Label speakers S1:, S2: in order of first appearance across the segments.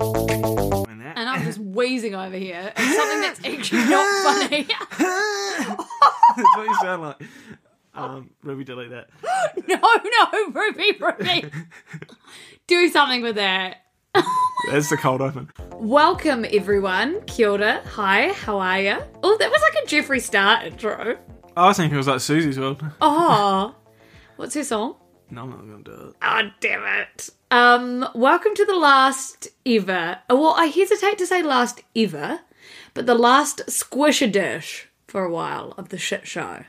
S1: And I'm just wheezing over here. It's something that's actually not funny.
S2: That's what you sound like. Um, Ruby, delete that.
S1: no, no, Ruby, Ruby. Do something with that.
S2: That's the cold open.
S1: Welcome, everyone. Kia ora. Hi, how are you? Oh, that was like a Jeffree Star intro.
S2: I was thinking it was like Susie's world.
S1: Oh, what's her song?
S2: No, I'm not going to do it.
S1: Oh, damn it. Um, welcome to the last ever. oh, Well, I hesitate to say last ever, but the last squisher dish for a while of the shit show.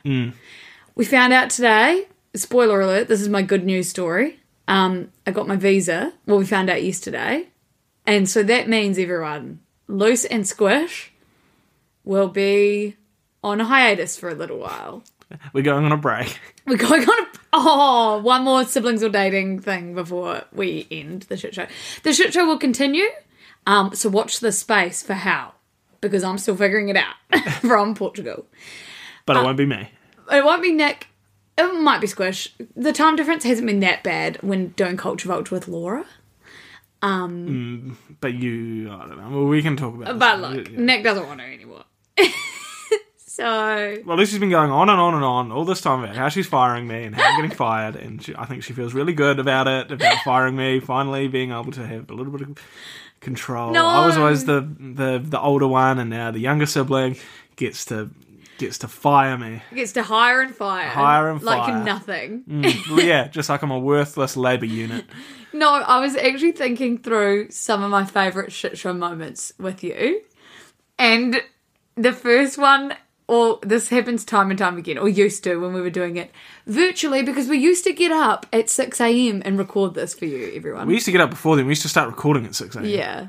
S1: We found out today, spoiler alert, this is my good news story. Um, I got my visa. Well, we found out yesterday. And so that means everyone, Loose and Squish, will be on a hiatus for a little while.
S2: We're going on a break.
S1: We're going on a oh one more siblings or dating thing before we end the shit show. The shit show will continue. Um, so watch the space for how, because I'm still figuring it out from Portugal.
S2: But
S1: Ah.
S2: it won't be me.
S1: It won't be Nick. It might be Squish. The time difference hasn't been that bad when doing Culture Vulture with Laura.
S2: But you, I don't know. Well, we can talk about this.
S1: But look, Nick doesn't want her anymore. so
S2: Well, Lucy's been going on and on and on all this time about how she's firing me and how I'm getting fired, and she, I think she feels really good about it, about firing me, finally being able to have a little bit of control. I was always the, the the older one, and now the younger sibling gets to gets to fire me.
S1: gets to hire and fire.
S2: Hire and fire.
S1: Like nothing.
S2: Mm, well, yeah, just like I'm a worthless labour unit.
S1: No, I was actually thinking through some of my favourite shit show moments with you. And the first one, or this happens time and time again, or used to when we were doing it virtually, because we used to get up at 6 a.m. and record this for you, everyone.
S2: We used to get up before then. We used to start recording at six a.m.
S1: yeah.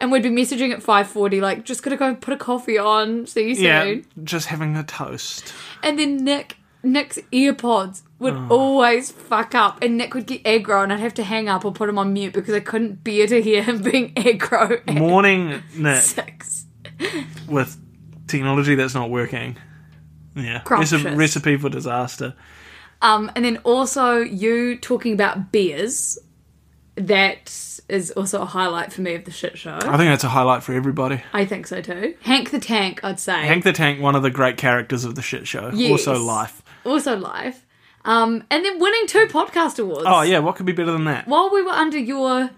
S1: And we'd be messaging at 5.40, like, just gonna go put a coffee on, see you soon.
S2: Yeah, just having a toast.
S1: And then Nick, Nick's earpods would
S2: Ah.
S1: always fuck up, and Nick would get aggro, and I'd have to hang up or put him on mute because I couldn't bear to hear him being aggro at
S2: Morning Nick
S1: six.
S2: with technology that's not working. Yeah,
S1: Scrumptious.
S2: recipe for disaster.
S1: Um, and then also you talking about beers. That is also a highlight for me of the shit show.
S2: I think that's a highlight for everybody.
S1: I think so too. Hank the Tank, I'd say.
S2: Hank the Tank, one of the great characters of the shit show.
S1: Yes.
S2: Also life.
S1: also live. Um, and then winning two podcast awards.
S2: Oh yeah, what could be better than that?
S1: While we were under your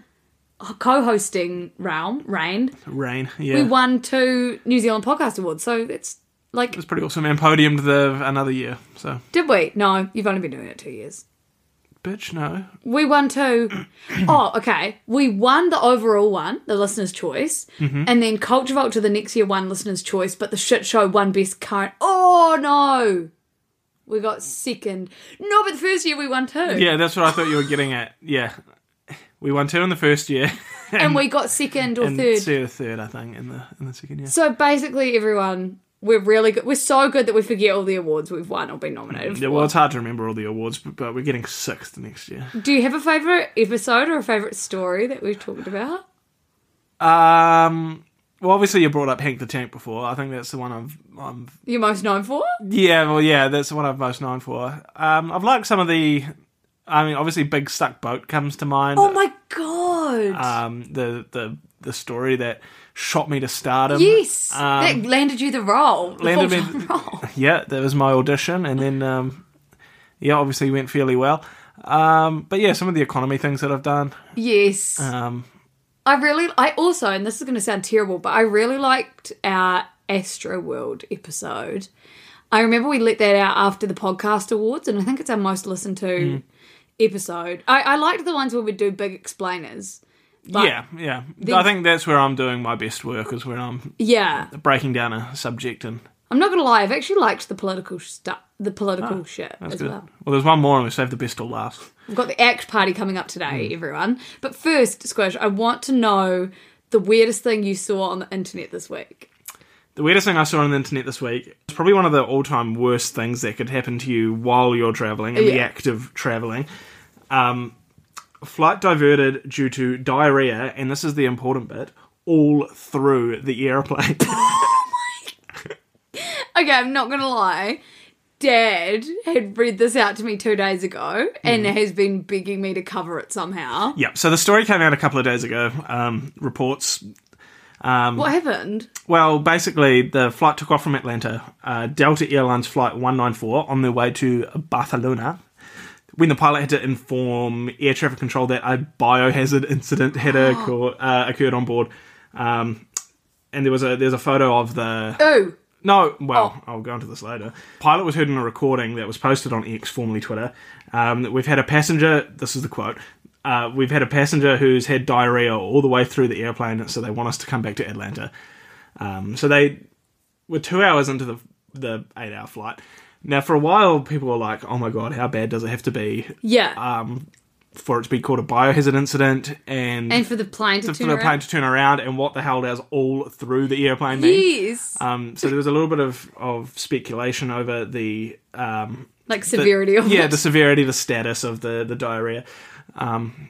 S1: co-hosting realm, reign,
S2: Rain. Yeah,
S1: we won two New Zealand Podcast Awards. So that's like,
S2: It's pretty awesome. And podiumed the another year. So
S1: did we? No, you've only been doing it two years.
S2: bitch, no.
S1: We won two. oh, okay. We won the overall one, the listener's choice,
S2: Mm-hmm.
S1: and then Culture Vulture the next year won listener's choice, but the shit show won best current. Oh no, we got second. No, but the first year we won two,
S2: Yeah, that's what I thought you were getting at. Yeah, we won two in the first year
S1: and we got second or
S2: and
S1: third.
S2: two or third, I think, in the in the second year.
S1: So basically, everyone, we're really good. We're so good that we forget all the awards we've won or been nominated
S2: Yeah,
S1: for.
S2: well, it's hard to remember all the awards, but, but we're getting sixth next year.
S1: Do you have a favorite episode or a favorite story that we've talked about?
S2: Um, well, obviously you brought up Hank the Tank before. I think that's the one I've, I'm.
S1: You're most known for?
S2: Yeah, well, yeah, that's the one I've most known for. Um, I've liked some of the. I mean, obviously, Big Stuck Boat comes to mind.
S1: Oh my god!
S2: Um, the the the story that shot me to stardom.
S1: yes,
S2: Um,
S1: that landed you the role. The
S2: landed me
S1: full-time
S2: th-
S1: role.
S2: yeah, that was my audition, and then um, yeah, obviously went fairly well. Um, but yeah, some of the economy things that I've done.
S1: Yes,
S2: Um,
S1: I really. I also, and this is going to sound terrible, but I really liked our Astro World episode.
S2: Hmm.
S1: I remember we let that out after the podcast awards, and I think it's our most listened to episode. I, I liked the ones where we do big explainers. But
S2: yeah, yeah. I think that's where I'm doing my best work is where I'm
S1: Yeah.
S2: breaking down a subject and
S1: I'm not gonna lie, I've actually liked the political stuff, the political shit
S2: Ah, that's
S1: as
S2: good.
S1: well.
S2: there's one more and we save the best till last.
S1: We've got the act party coming up today,
S2: Mm.
S1: everyone. But first, Squish, I want to know the weirdest thing you saw on the internet this week.
S2: The weirdest thing I saw on the internet this week is probably one of the all time worst things that could happen to you while you're traveling, in the
S1: Yeah.
S2: act of traveling. Um, flight diverted due to diarrhea, and this is the important bit, all through the airplane.
S1: Okay, I'm not gonna lie. Dad had read this out to me two days ago and
S2: Mm.
S1: has been begging me to cover it somehow.
S2: yep, so the story came out a couple of days ago. Um, reports Um,
S1: What happened?
S2: Well, basically, the flight took off from Atlanta, uh, Delta Airlines Flight 194, on their way to Barcelona, when the pilot had to inform air traffic control that a biohazard incident had occur- uh, occurred on board. Um, and there was a there's a photo of the
S1: Oh,
S2: no, well, I'll go into this later. Pilot was heard in a recording that was posted on X, formerly Twitter. Um, that we've had a passenger. This is the quote. Uh, we've had a passenger who's had diarrhea all the way through the airplane, so they want us to come back to Atlanta. Um, so they were two hours into the the eight hour flight. Now, for a while, people were like, "Oh my god, how bad does it have to be
S1: yeah.
S2: um, for it to be called a biohazard incident?" And,
S1: and for the plane to
S2: for
S1: turn
S2: the
S1: around.
S2: plane to turn around, and what the hell does all through the airplane mean?
S1: Yes.
S2: Um, so there was a little bit of, of speculation over the um,
S1: like
S2: the-
S1: severity of
S2: yeah
S1: it.
S2: the severity, the status of the the diarrhea. Um,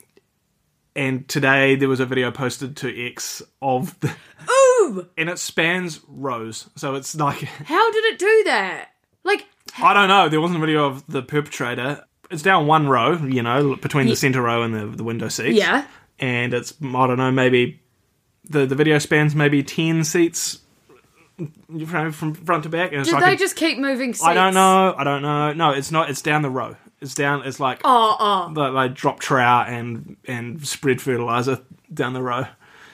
S2: and today there was a video posted to X of the,
S1: Ooh,
S2: and it spans rows, so it's like
S1: how did it do that? Like,
S2: I don't know. There wasn't a video of the perpetrator. It's down one row, you know, between the center row and the the window seats.
S1: Yeah.
S2: and it's I don't know maybe the the video spans maybe ten seats. you know, From front to back, and it's
S1: did
S2: like
S1: they
S2: a-
S1: just keep moving seats?
S2: I don't know. I don't know. No, it's not. It's down the row. It's down. It's like
S1: Oh, oh.
S2: like they drop trout and and spread fertilizer down the row.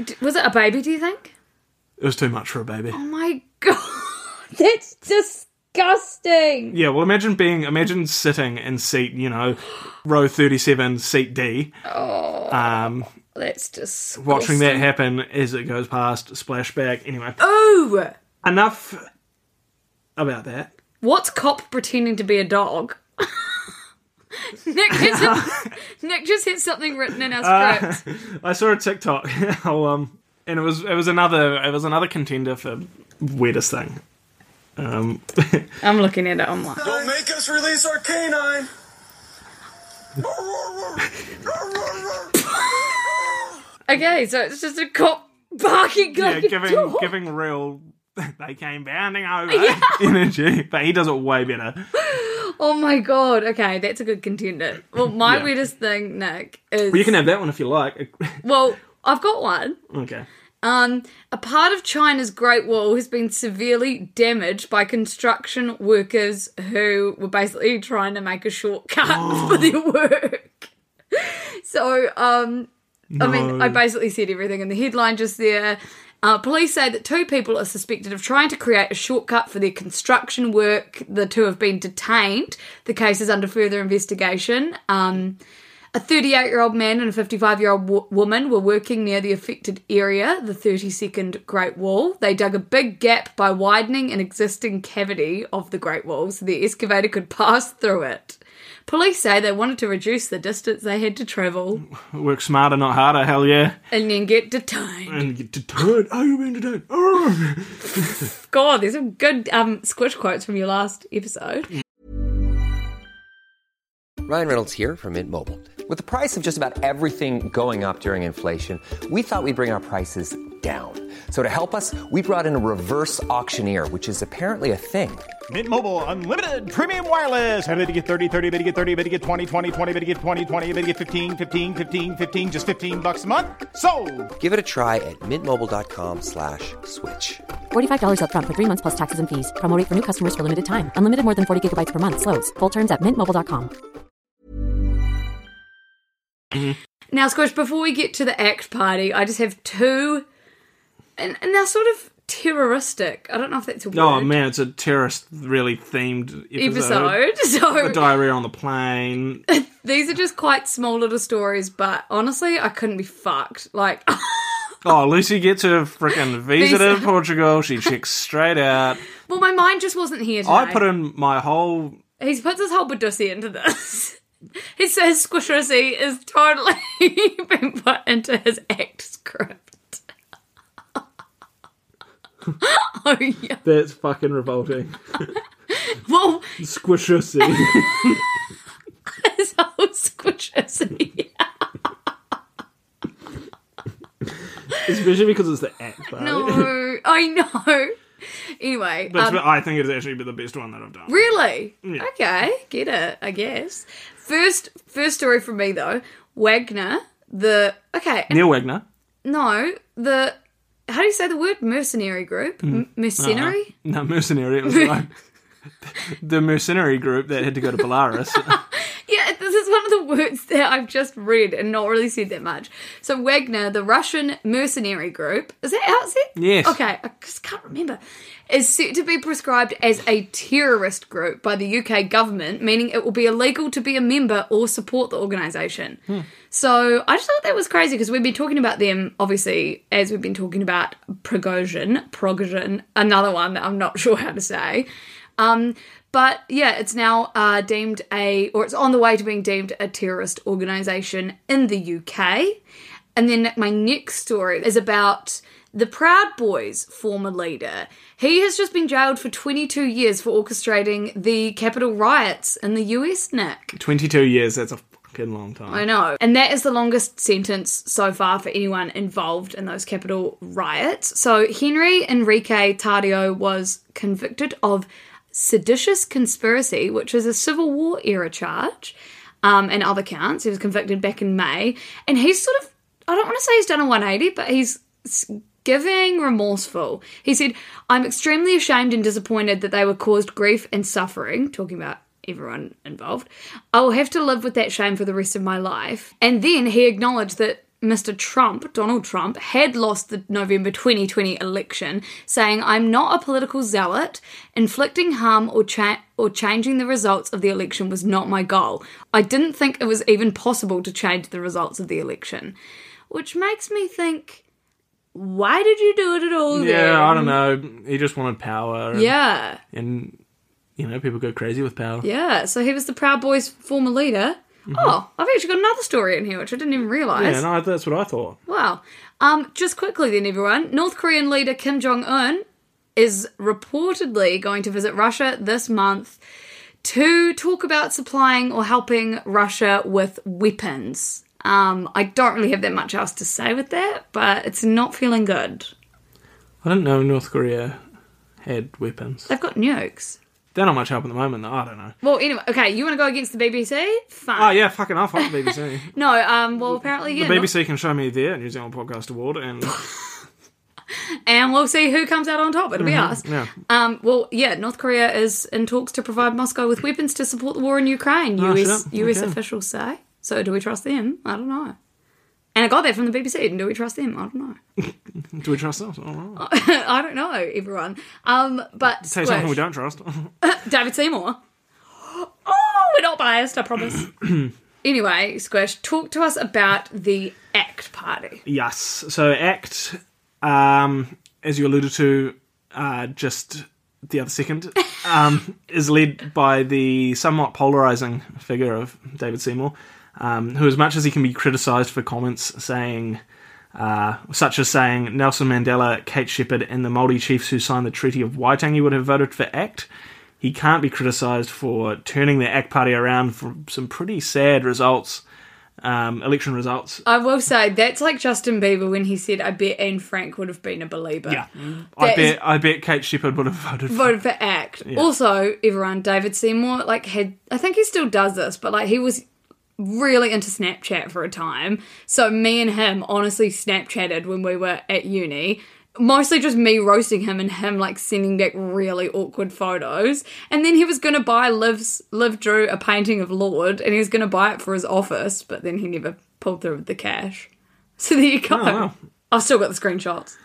S1: D- Was it a baby, do you think?
S2: It was too much for a baby.
S1: Oh my god. That's disgusting.
S2: Yeah. Well, imagine being imagine sitting in seat you know row thirty seven seat D.
S1: Oh,
S2: Um,
S1: That's just
S2: watching that happen as it goes past splashback. Anyway,
S1: Ooh.
S2: enough about that.
S1: What's cop pretending to be a dog? Nick just, Nick just hit something written in our
S2: Uh,
S1: script.
S2: I saw a TikTok. I'll, um, and it was it was another it was another contender for weirdest thing. Um,
S1: I'm looking at it online.
S3: Don't make us release our canine.
S1: Okay, so it's just a cop barking
S2: yeah,
S1: like a
S2: giving
S1: dog.
S2: giving real. They came bounding over energy, but he does it way better.
S1: Oh my god. Okay, that's a good contender. Well, my
S2: Yeah.
S1: weirdest thing, Nick, is
S2: Well, you can have that one if you like.
S1: well, I've got one.
S2: okay.
S1: Um, a part of China's Great Wall has been severely damaged by construction workers who were basically trying to make a shortcut for their work. So, um, I mean, I basically said everything in the headline just there. Uh, police say that two people are suspected of trying to create a shortcut for their construction work. The two have been detained. The case is under further investigation. Um, a 38 year old man and a 55 year old wo- woman were working near the affected area, the 32nd Great Wall. They dug a big gap by widening an existing cavity of the Great Wall so the excavator could pass through it. Police say they wanted to reduce the distance they had to travel
S2: Work smarter, not harder. Hell yeah!
S1: and then get detained.
S2: And you get deterred. Oh, you've been deterred. Oh.
S1: God, there's some good um, squish quotes from your last episode.
S2: Mm.
S4: Ryan Reynolds here from Mint Mobile. With the price of just about everything going up during inflation, we thought we'd bring our prices down. So to help us, we brought in a reverse auctioneer, which is apparently a thing.
S5: Mint Mobile unlimited premium wireless. Ready to get 30, 30, bit to get 30, bit to get 20, 20, 20, bit to get 20, 20, bit to get 15, 15, 15, 15 just 15 bucks a month. So,
S4: Give it a try at mintmobile.com slash switch.
S6: $45 upfront for three months plus taxes and fees. Promo rate for new customers for limited time. Unlimited more than 40 gigabytes per month. Slows. Full terms at mintmobile.com.
S1: Now, Squish, before we get to the act party, I just have two, and, and they're sort of terroristic. I don't know if that's a word.
S2: Oh man, it's a terrorist really themed episode.
S1: Episode. So
S2: The diarrhea on the plane.
S1: these are just quite small little stories, but honestly, I couldn't be fucked. Like,
S2: Oh, Lucy gets her freaking visa to
S1: Visa.
S2: Portugal. She checks straight out.
S1: well, my mind just wasn't here. Today.
S2: I put in my whole
S1: He's puts his whole badussi into this. He says squisheressy is totally been put into his act script. oh yeah.
S2: That's fucking revolting.
S1: Well,
S2: Squishussy.
S1: his whole squisheressy.
S2: Especially because it's the act part.
S1: No, I know. Anyway,
S2: That's
S1: um,
S2: what- I think it's actually been the best one that I've done.
S1: Really? Okay, get it, I guess. First first story from me though, Wagner, the okay, and
S2: Neil Wagner.
S1: no, the how do you say the word mercenary group? M- mercenary?
S2: Uh-huh. No, mercenary. It was like the mercenary group that had to go to Polaris.
S1: Yeah, this is one of the words that I've just read and not really said that much. So Wagner, the Russian mercenary group, is that how it's said?
S2: Yes.
S1: Okay, I just can't remember. Is set to be prescribed as a terrorist group by the UK government, meaning it will be illegal to be a member or support the organisation. So I just thought that was crazy because we've been talking about them, obviously, as we've been talking about Prigozhin, Prigozhin, another one that I'm not sure how to say. Um, but yeah, it's now uh, deemed a, or it's on the way to being deemed a terrorist organisation in the UK. And then my next story is about the Proud Boys' former leader. He has just been jailed for 22 years for orchestrating the Capitol riots in the US, Nick.
S2: 22 years, that's a fucking long time.
S1: I know. And that is the longest sentence so far for anyone involved in those capital riots. So Henry Enrique Tardio was convicted of seditious conspiracy, which is a Civil War era charge, um, and other counts. He was convicted back in May. And he's sort of, I don't want to say he's done a 180, but he's s- giving remorseful. He said, I'm extremely ashamed and disappointed that they were caused grief and suffering, talking about everyone involved. I will have to live with that shame for the rest of my life. And then he acknowledged that Mr. Trump, Donald Trump, had lost the November 2020 election, saying, I'm not a political zealot. Inflicting harm or, cha- or changing the results of the election was not my goal. I didn't think it was even possible to change the results of the election. Which makes me think, why did you do it at all then?
S2: yeah, I don't know. He just wanted power. And,
S1: Um, Yeah.
S2: And, you know, people go crazy with power.
S1: Yeah, so he was the Proud Boys' former leader. Oh, I've actually got another story in here, which I didn't even realise.
S2: Mm-hmm. Yeah, no, that's what I thought.
S1: Wow. Um, just quickly then, everyone. North Korean leader Kim Jong Un is reportedly going to visit Russia this month to talk about supplying or helping Russia with weapons. Um, I don't really have that much else to say with that, but it's not feeling good.
S2: I didn't know North Korea had weapons.
S1: They've got nukes.
S2: They're not much help at the moment, though. I don't know.
S1: Well, anyway, okay, you want to go against the BBC? Fine.
S2: Oh, yeah, fucking off. Fuck the BBC.
S1: No, um, well, apparently,
S2: the
S1: yeah. not-
S2: BBC can show me their New Zealand Podcast Award and.
S1: and we'll see who comes out on top. It'll be us.
S2: Mm-hmm. yeah.
S1: Um, well, yeah, North Korea is in talks to provide Moscow with weapons to support the war in Ukraine.
S2: Oh,
S1: US
S2: shit.
S1: US
S2: Okay.
S1: officials say. So, do we trust them? I don't know. And I got that from the BBC. And do we trust them? I don't know.
S2: Do we trust us? All
S1: Uh,
S2: right.
S1: I don't know, everyone. Um, but
S2: Say something we
S1: Squish,
S2: don't trust.
S1: David Seymour. Oh, we're not biased. I promise. anyway, Squish, talk to us about the ACT Party.
S2: Yes. So ACT, um, as you alluded to uh, just the other second, um, is led by the somewhat polarizing figure of David Seymour, um, who, as much as he can be criticized for comments saying, uh, such as saying Nelson Mandela, Kate Shepard, and the Maori chiefs who signed the Treaty of Waitangi would have voted for ACT. He can't be criticised for turning the ACT party around from some pretty sad results, um, election results.
S1: I will say that's like Justin Bieber when he said, "I bet Anne Frank would have been a believer."
S2: Yeah, I
S1: That
S2: bet
S1: is-
S2: I bet Kate Shepard would have voted. for
S1: voted for ACT. Also, everyone, David Seymour, like, had, I think he still does this, but like, he was really into Snapchat for a time. So, me and him honestly Snapchatted when we were at uni. Mostly just me roasting him and him like sending back really awkward photos. And then he was gonna buy Liv's Liv Drew a painting of Lord and he was gonna buy it for his office, but then he never pulled through with the cash. So there you go.
S2: Oh, wow.
S1: I've still got the screenshots.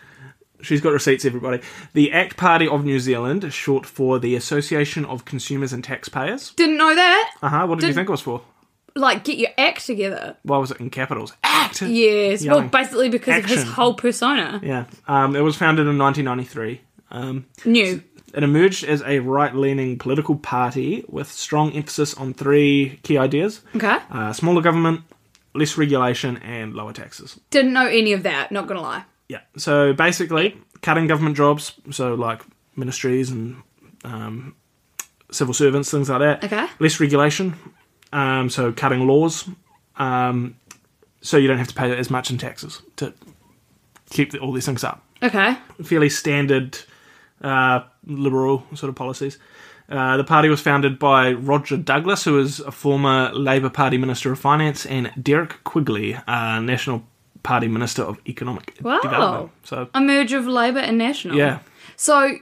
S2: She's got receipts, everybody. The ACT Party of New Zealand, is short for the Association of Consumers and Taxpayers.
S1: Didn't know that.
S2: Uh huh. What did you
S1: Did-
S2: think it was for?
S1: Like, get your act together.
S2: Why was it in capitals? ACT!
S1: Yes.
S2: Yelling.
S1: Well, basically because of
S2: Action.
S1: his whole persona.
S2: Yeah. Um, it was founded in 1993. Um,
S1: New.
S2: It emerged as a right leaning political party with strong emphasis on three key ideas
S1: Okay.
S2: uh, smaller government, less regulation, and lower taxes.
S1: Didn't know any of that, not gonna lie.
S2: Yeah. So basically, cutting government jobs, so like ministries and um, civil servants, things like that.
S1: Okay.
S2: Less regulation, um, so cutting laws, um, so you don't have to pay as much in taxes to keep the, all these things up.
S1: Okay.
S2: Fairly standard uh, liberal sort of policies. Uh, the party was founded by Roger Douglas, who is a former Labour Party Minister of Finance, and Derek Quigley, uh, National Party Minister of Economic
S1: Wow.
S2: Development. So
S1: A merge of Labour and National.
S2: yeah,
S1: So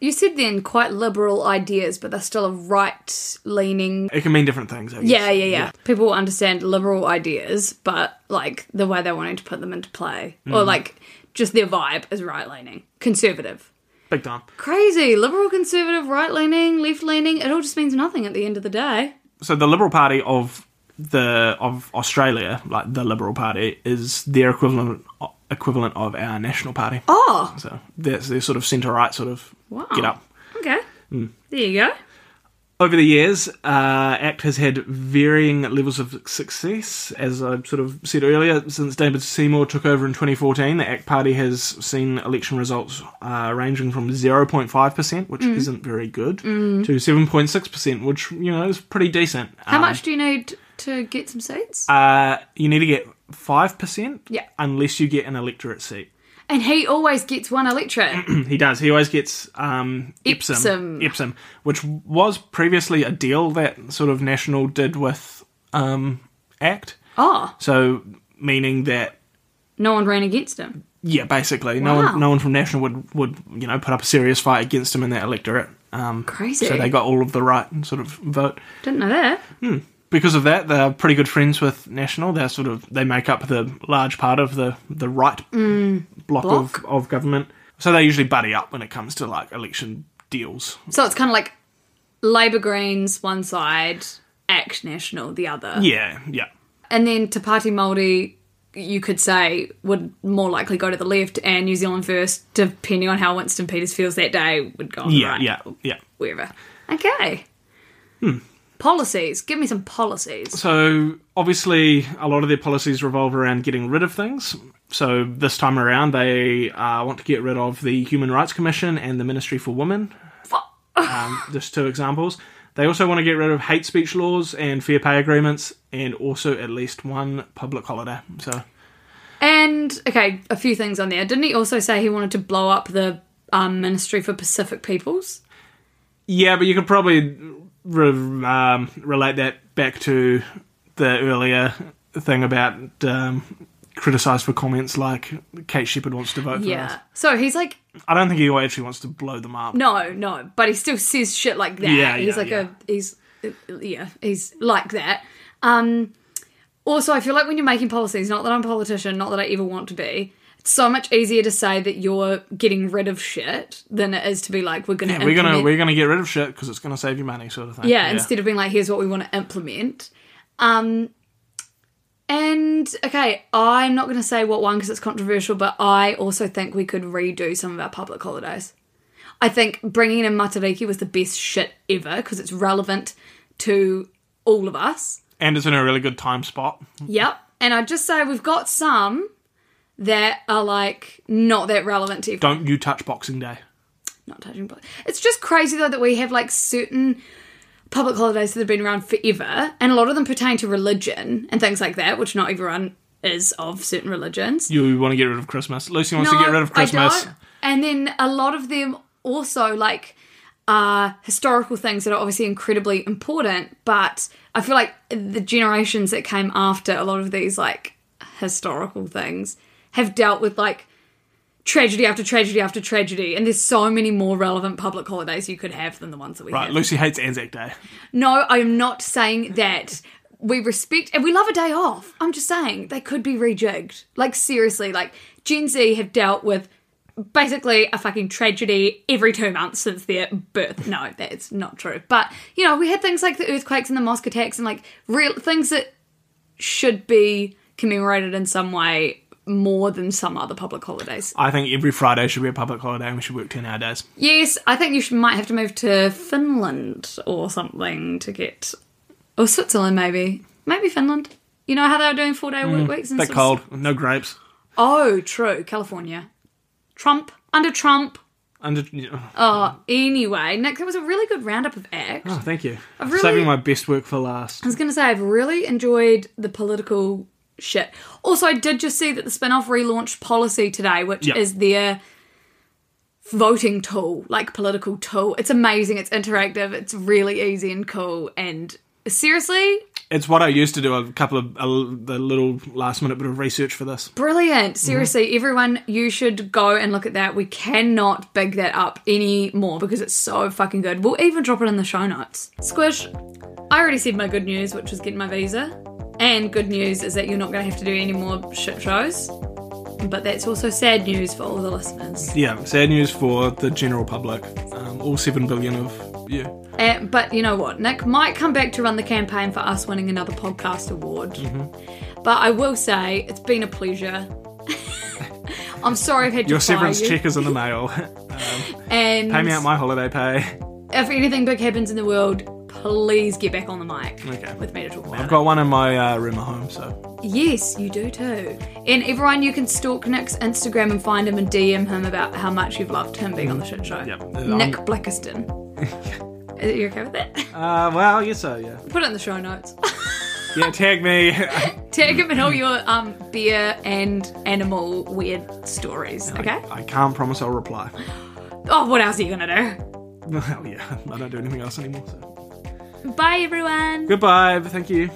S1: you said then quite liberal ideas, but they're still a right leaning.
S2: it can mean different things. I guess.
S1: Yeah, yeah, yeah. People will understand liberal ideas, but like the way they're wanting to put them into play, or
S2: Mm.
S1: like just their vibe is right leaning, conservative.
S2: Big time.
S1: Crazy. Liberal, conservative, right leaning, left leaning. It all just means nothing at the end of the day.
S2: So the Liberal Party of the of Australia, like the Liberal Party, is their equivalent equivalent of our National Party.
S1: Oh,
S2: So that's their sort of centre right sort of
S1: Wow.
S2: get up.
S1: okay.
S2: Hmm.
S1: There you go.
S2: Over the years, uh, ACT has had varying levels of success. As I sort of said earlier, since David Seymour took over in 2014, the ACT Party has seen election results uh, ranging from 0.5%, which
S1: Mm.
S2: isn't very good, to 7.6%, which, you know, is pretty decent.
S1: How much do you need to get some seats?
S2: Um, Uh, you need to get 5%
S1: Yeah.
S2: unless you get an electorate seat.
S1: and he always gets one electorate.
S2: He does. He always gets um, Epsom,
S1: Epsom.
S2: Epsom, which was previously a deal that sort of National did with um, ACT.
S1: oh,
S2: So meaning that
S1: no one ran against him.
S2: yeah, basically no
S1: Wow.
S2: one no one from National would would you know put up a serious fight against him in that electorate. Um,
S1: Crazy.
S2: So they got all of the right sort of vote.
S1: Didn't know that.
S2: Because of that, they're pretty good friends with National. They're sort of they make up the large part of the the right block,
S1: Mm. Block.
S2: Of, of government. So they usually buddy up when it comes to like election deals.
S1: So it's kind of like Labour Greens one side, Act National the other.
S2: Yeah, yeah.
S1: And then Te Pāti Māori, you could say, would more likely go to the left, and New Zealand First, depending on how Winston Peters feels that day, would go on the
S2: Yeah,
S1: right.
S2: yeah, yeah.
S1: Wherever. Okay. Hmm. Policies. Give me some policies.
S2: So obviously, a lot of their policies revolve around getting rid of things. So this time around, they uh, want to get rid of the Human Rights Commission and the Ministry for Women. Um, just two examples. They also want to get rid of hate speech laws and fair pay agreements, and also at least one public holiday. So
S1: And, okay, a few things on there. Didn't he also say he wanted to blow up the um, Ministry for Pacific Peoples?
S2: yeah, but you could probably re- um, relate that back to the earlier thing about um, criticised for comments like Kate Shepherd wants to vote for us.
S1: Yeah. So he's like
S2: I don't think E he actually wants to blow them up.
S1: No, no, but he still says shit like that.
S2: Yeah,
S1: he's
S2: yeah,
S1: like
S2: yeah.
S1: a he's uh, yeah, he's like that. Um also I feel like when you're making policies, not that I'm a politician, not that I ever want to be, it's so much easier to say that you're getting rid of shit than it is to be like we're gonna
S2: Yeah, we're gonna
S1: implement-
S2: we're gonna get rid of shit because it's gonna save you money, sort of thing.
S1: yeah, instead of being like, here's what we want to implement. Um, and okay, I'm not going to say what one because it's controversial, but I also think we could redo some of our public holidays. I think bringing in Matariki was the best shit ever because it's relevant to all of us.
S2: and it's in a really good time spot.
S1: Yep. And I'd just say we've got some that are like not that relevant to everyone.
S2: Don't you touch Boxing Day?
S1: not touching blood. It's just crazy though that we have like certain public holidays that have been around forever, and a lot of them pertain to religion and things like that, which not everyone is of certain religions.
S2: You want to get rid of Christmas? Lucy wants to get rid of
S1: I
S2: Christmas.
S1: don't. And then a lot of them also like are historical things that are obviously incredibly important, but I feel like the generations that came after a lot of these like historical things have dealt with like tragedy after tragedy after tragedy and there's so many more relevant public holidays you could have than the ones that we
S2: Right,
S1: have.
S2: Lucy hates Anzac Day.
S1: No, I'm not saying that. We respect and we love a day off. I'm just saying they could be rejigged. Like seriously, like Gen Z have dealt with basically a fucking tragedy every two months since their birth. No, that's not true. But, you know, we had things like the earthquakes and the mosque attacks and like real things that should be commemorated in some way more than some other public holidays.
S2: I think every Friday should be a public holiday and we should work 10 hour days.
S1: Yes, I think you should, might have to move to Finland or something to get, or Switzerland maybe, maybe Finland. You know how they were doing four day work weeks? and
S2: Mm, Bit
S1: stuff?
S2: cold, no grapes.
S1: Oh, true. California, Trump under Trump.
S2: Under,
S1: Oh, anyway, Nick, that was a really good roundup of act.
S2: oh, thank you. I'm
S1: really-
S2: Saving my best work for last.
S1: I was going to say, I've really enjoyed the political shit. Also, I did just see that the spin off relaunched Policy today, which
S2: Yep.
S1: is their voting tool, like political tool. It's amazing, it's interactive, it's really easy and cool. And seriously,
S2: It's what I used to do a couple of a, l- the little last minute bit of research for this.
S1: brilliant.
S2: Mm-hmm.
S1: Seriously, everyone, you should go and look at that. We cannot big that up anymore because it's so fucking good. We'll even drop it in the show notes. Squish, I already said my good news, which was getting my visa. And good news is that you're not going to have to do any more shit shows. But that's also sad news for all the listeners.
S2: Yeah, sad news for the general public. Um, all 7 billion of you.
S1: Uh, but you know what? Nick might come back to run the campaign for us winning another podcast award.
S2: Mm-hmm.
S1: But I will say, it's been a pleasure. I'm sorry I've had to
S2: Your
S1: fire
S2: severance
S1: you.
S2: check is in the mail.
S1: And
S2: Pay me out my holiday pay.
S1: if anything big happens in the world, please get back on the mic
S2: Okay.
S1: with me to talk about
S2: I've
S1: it.
S2: got one in my uh, room at home, so
S1: Yes, you do too. And everyone, you can stalk Nick's Instagram and find him and DM him about how much you've loved him being on the shit show.
S2: Yep. Um,
S1: Nick Blackiston. Are you okay with that?
S2: uh, well, yes, so yeah,
S1: Put it in the show notes.
S2: yeah. Tag me.
S1: Tag him in all your um, beer and animal weird stories, okay?
S2: I can't promise I'll reply.
S1: Oh, what else are you gonna
S2: Well, yeah, I don't do anything else anymore. So
S1: do? Bye, everyone.
S2: goodbye. Thank you.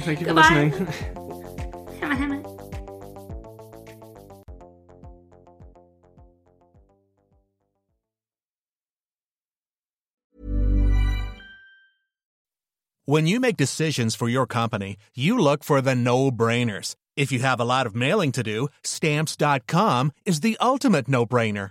S2: Thank you for
S1: Goodbye.
S2: listening.
S7: When you make decisions for your company, you look for the no brainers. If you have a lot of mailing to do, stamps.com is the ultimate no brainer.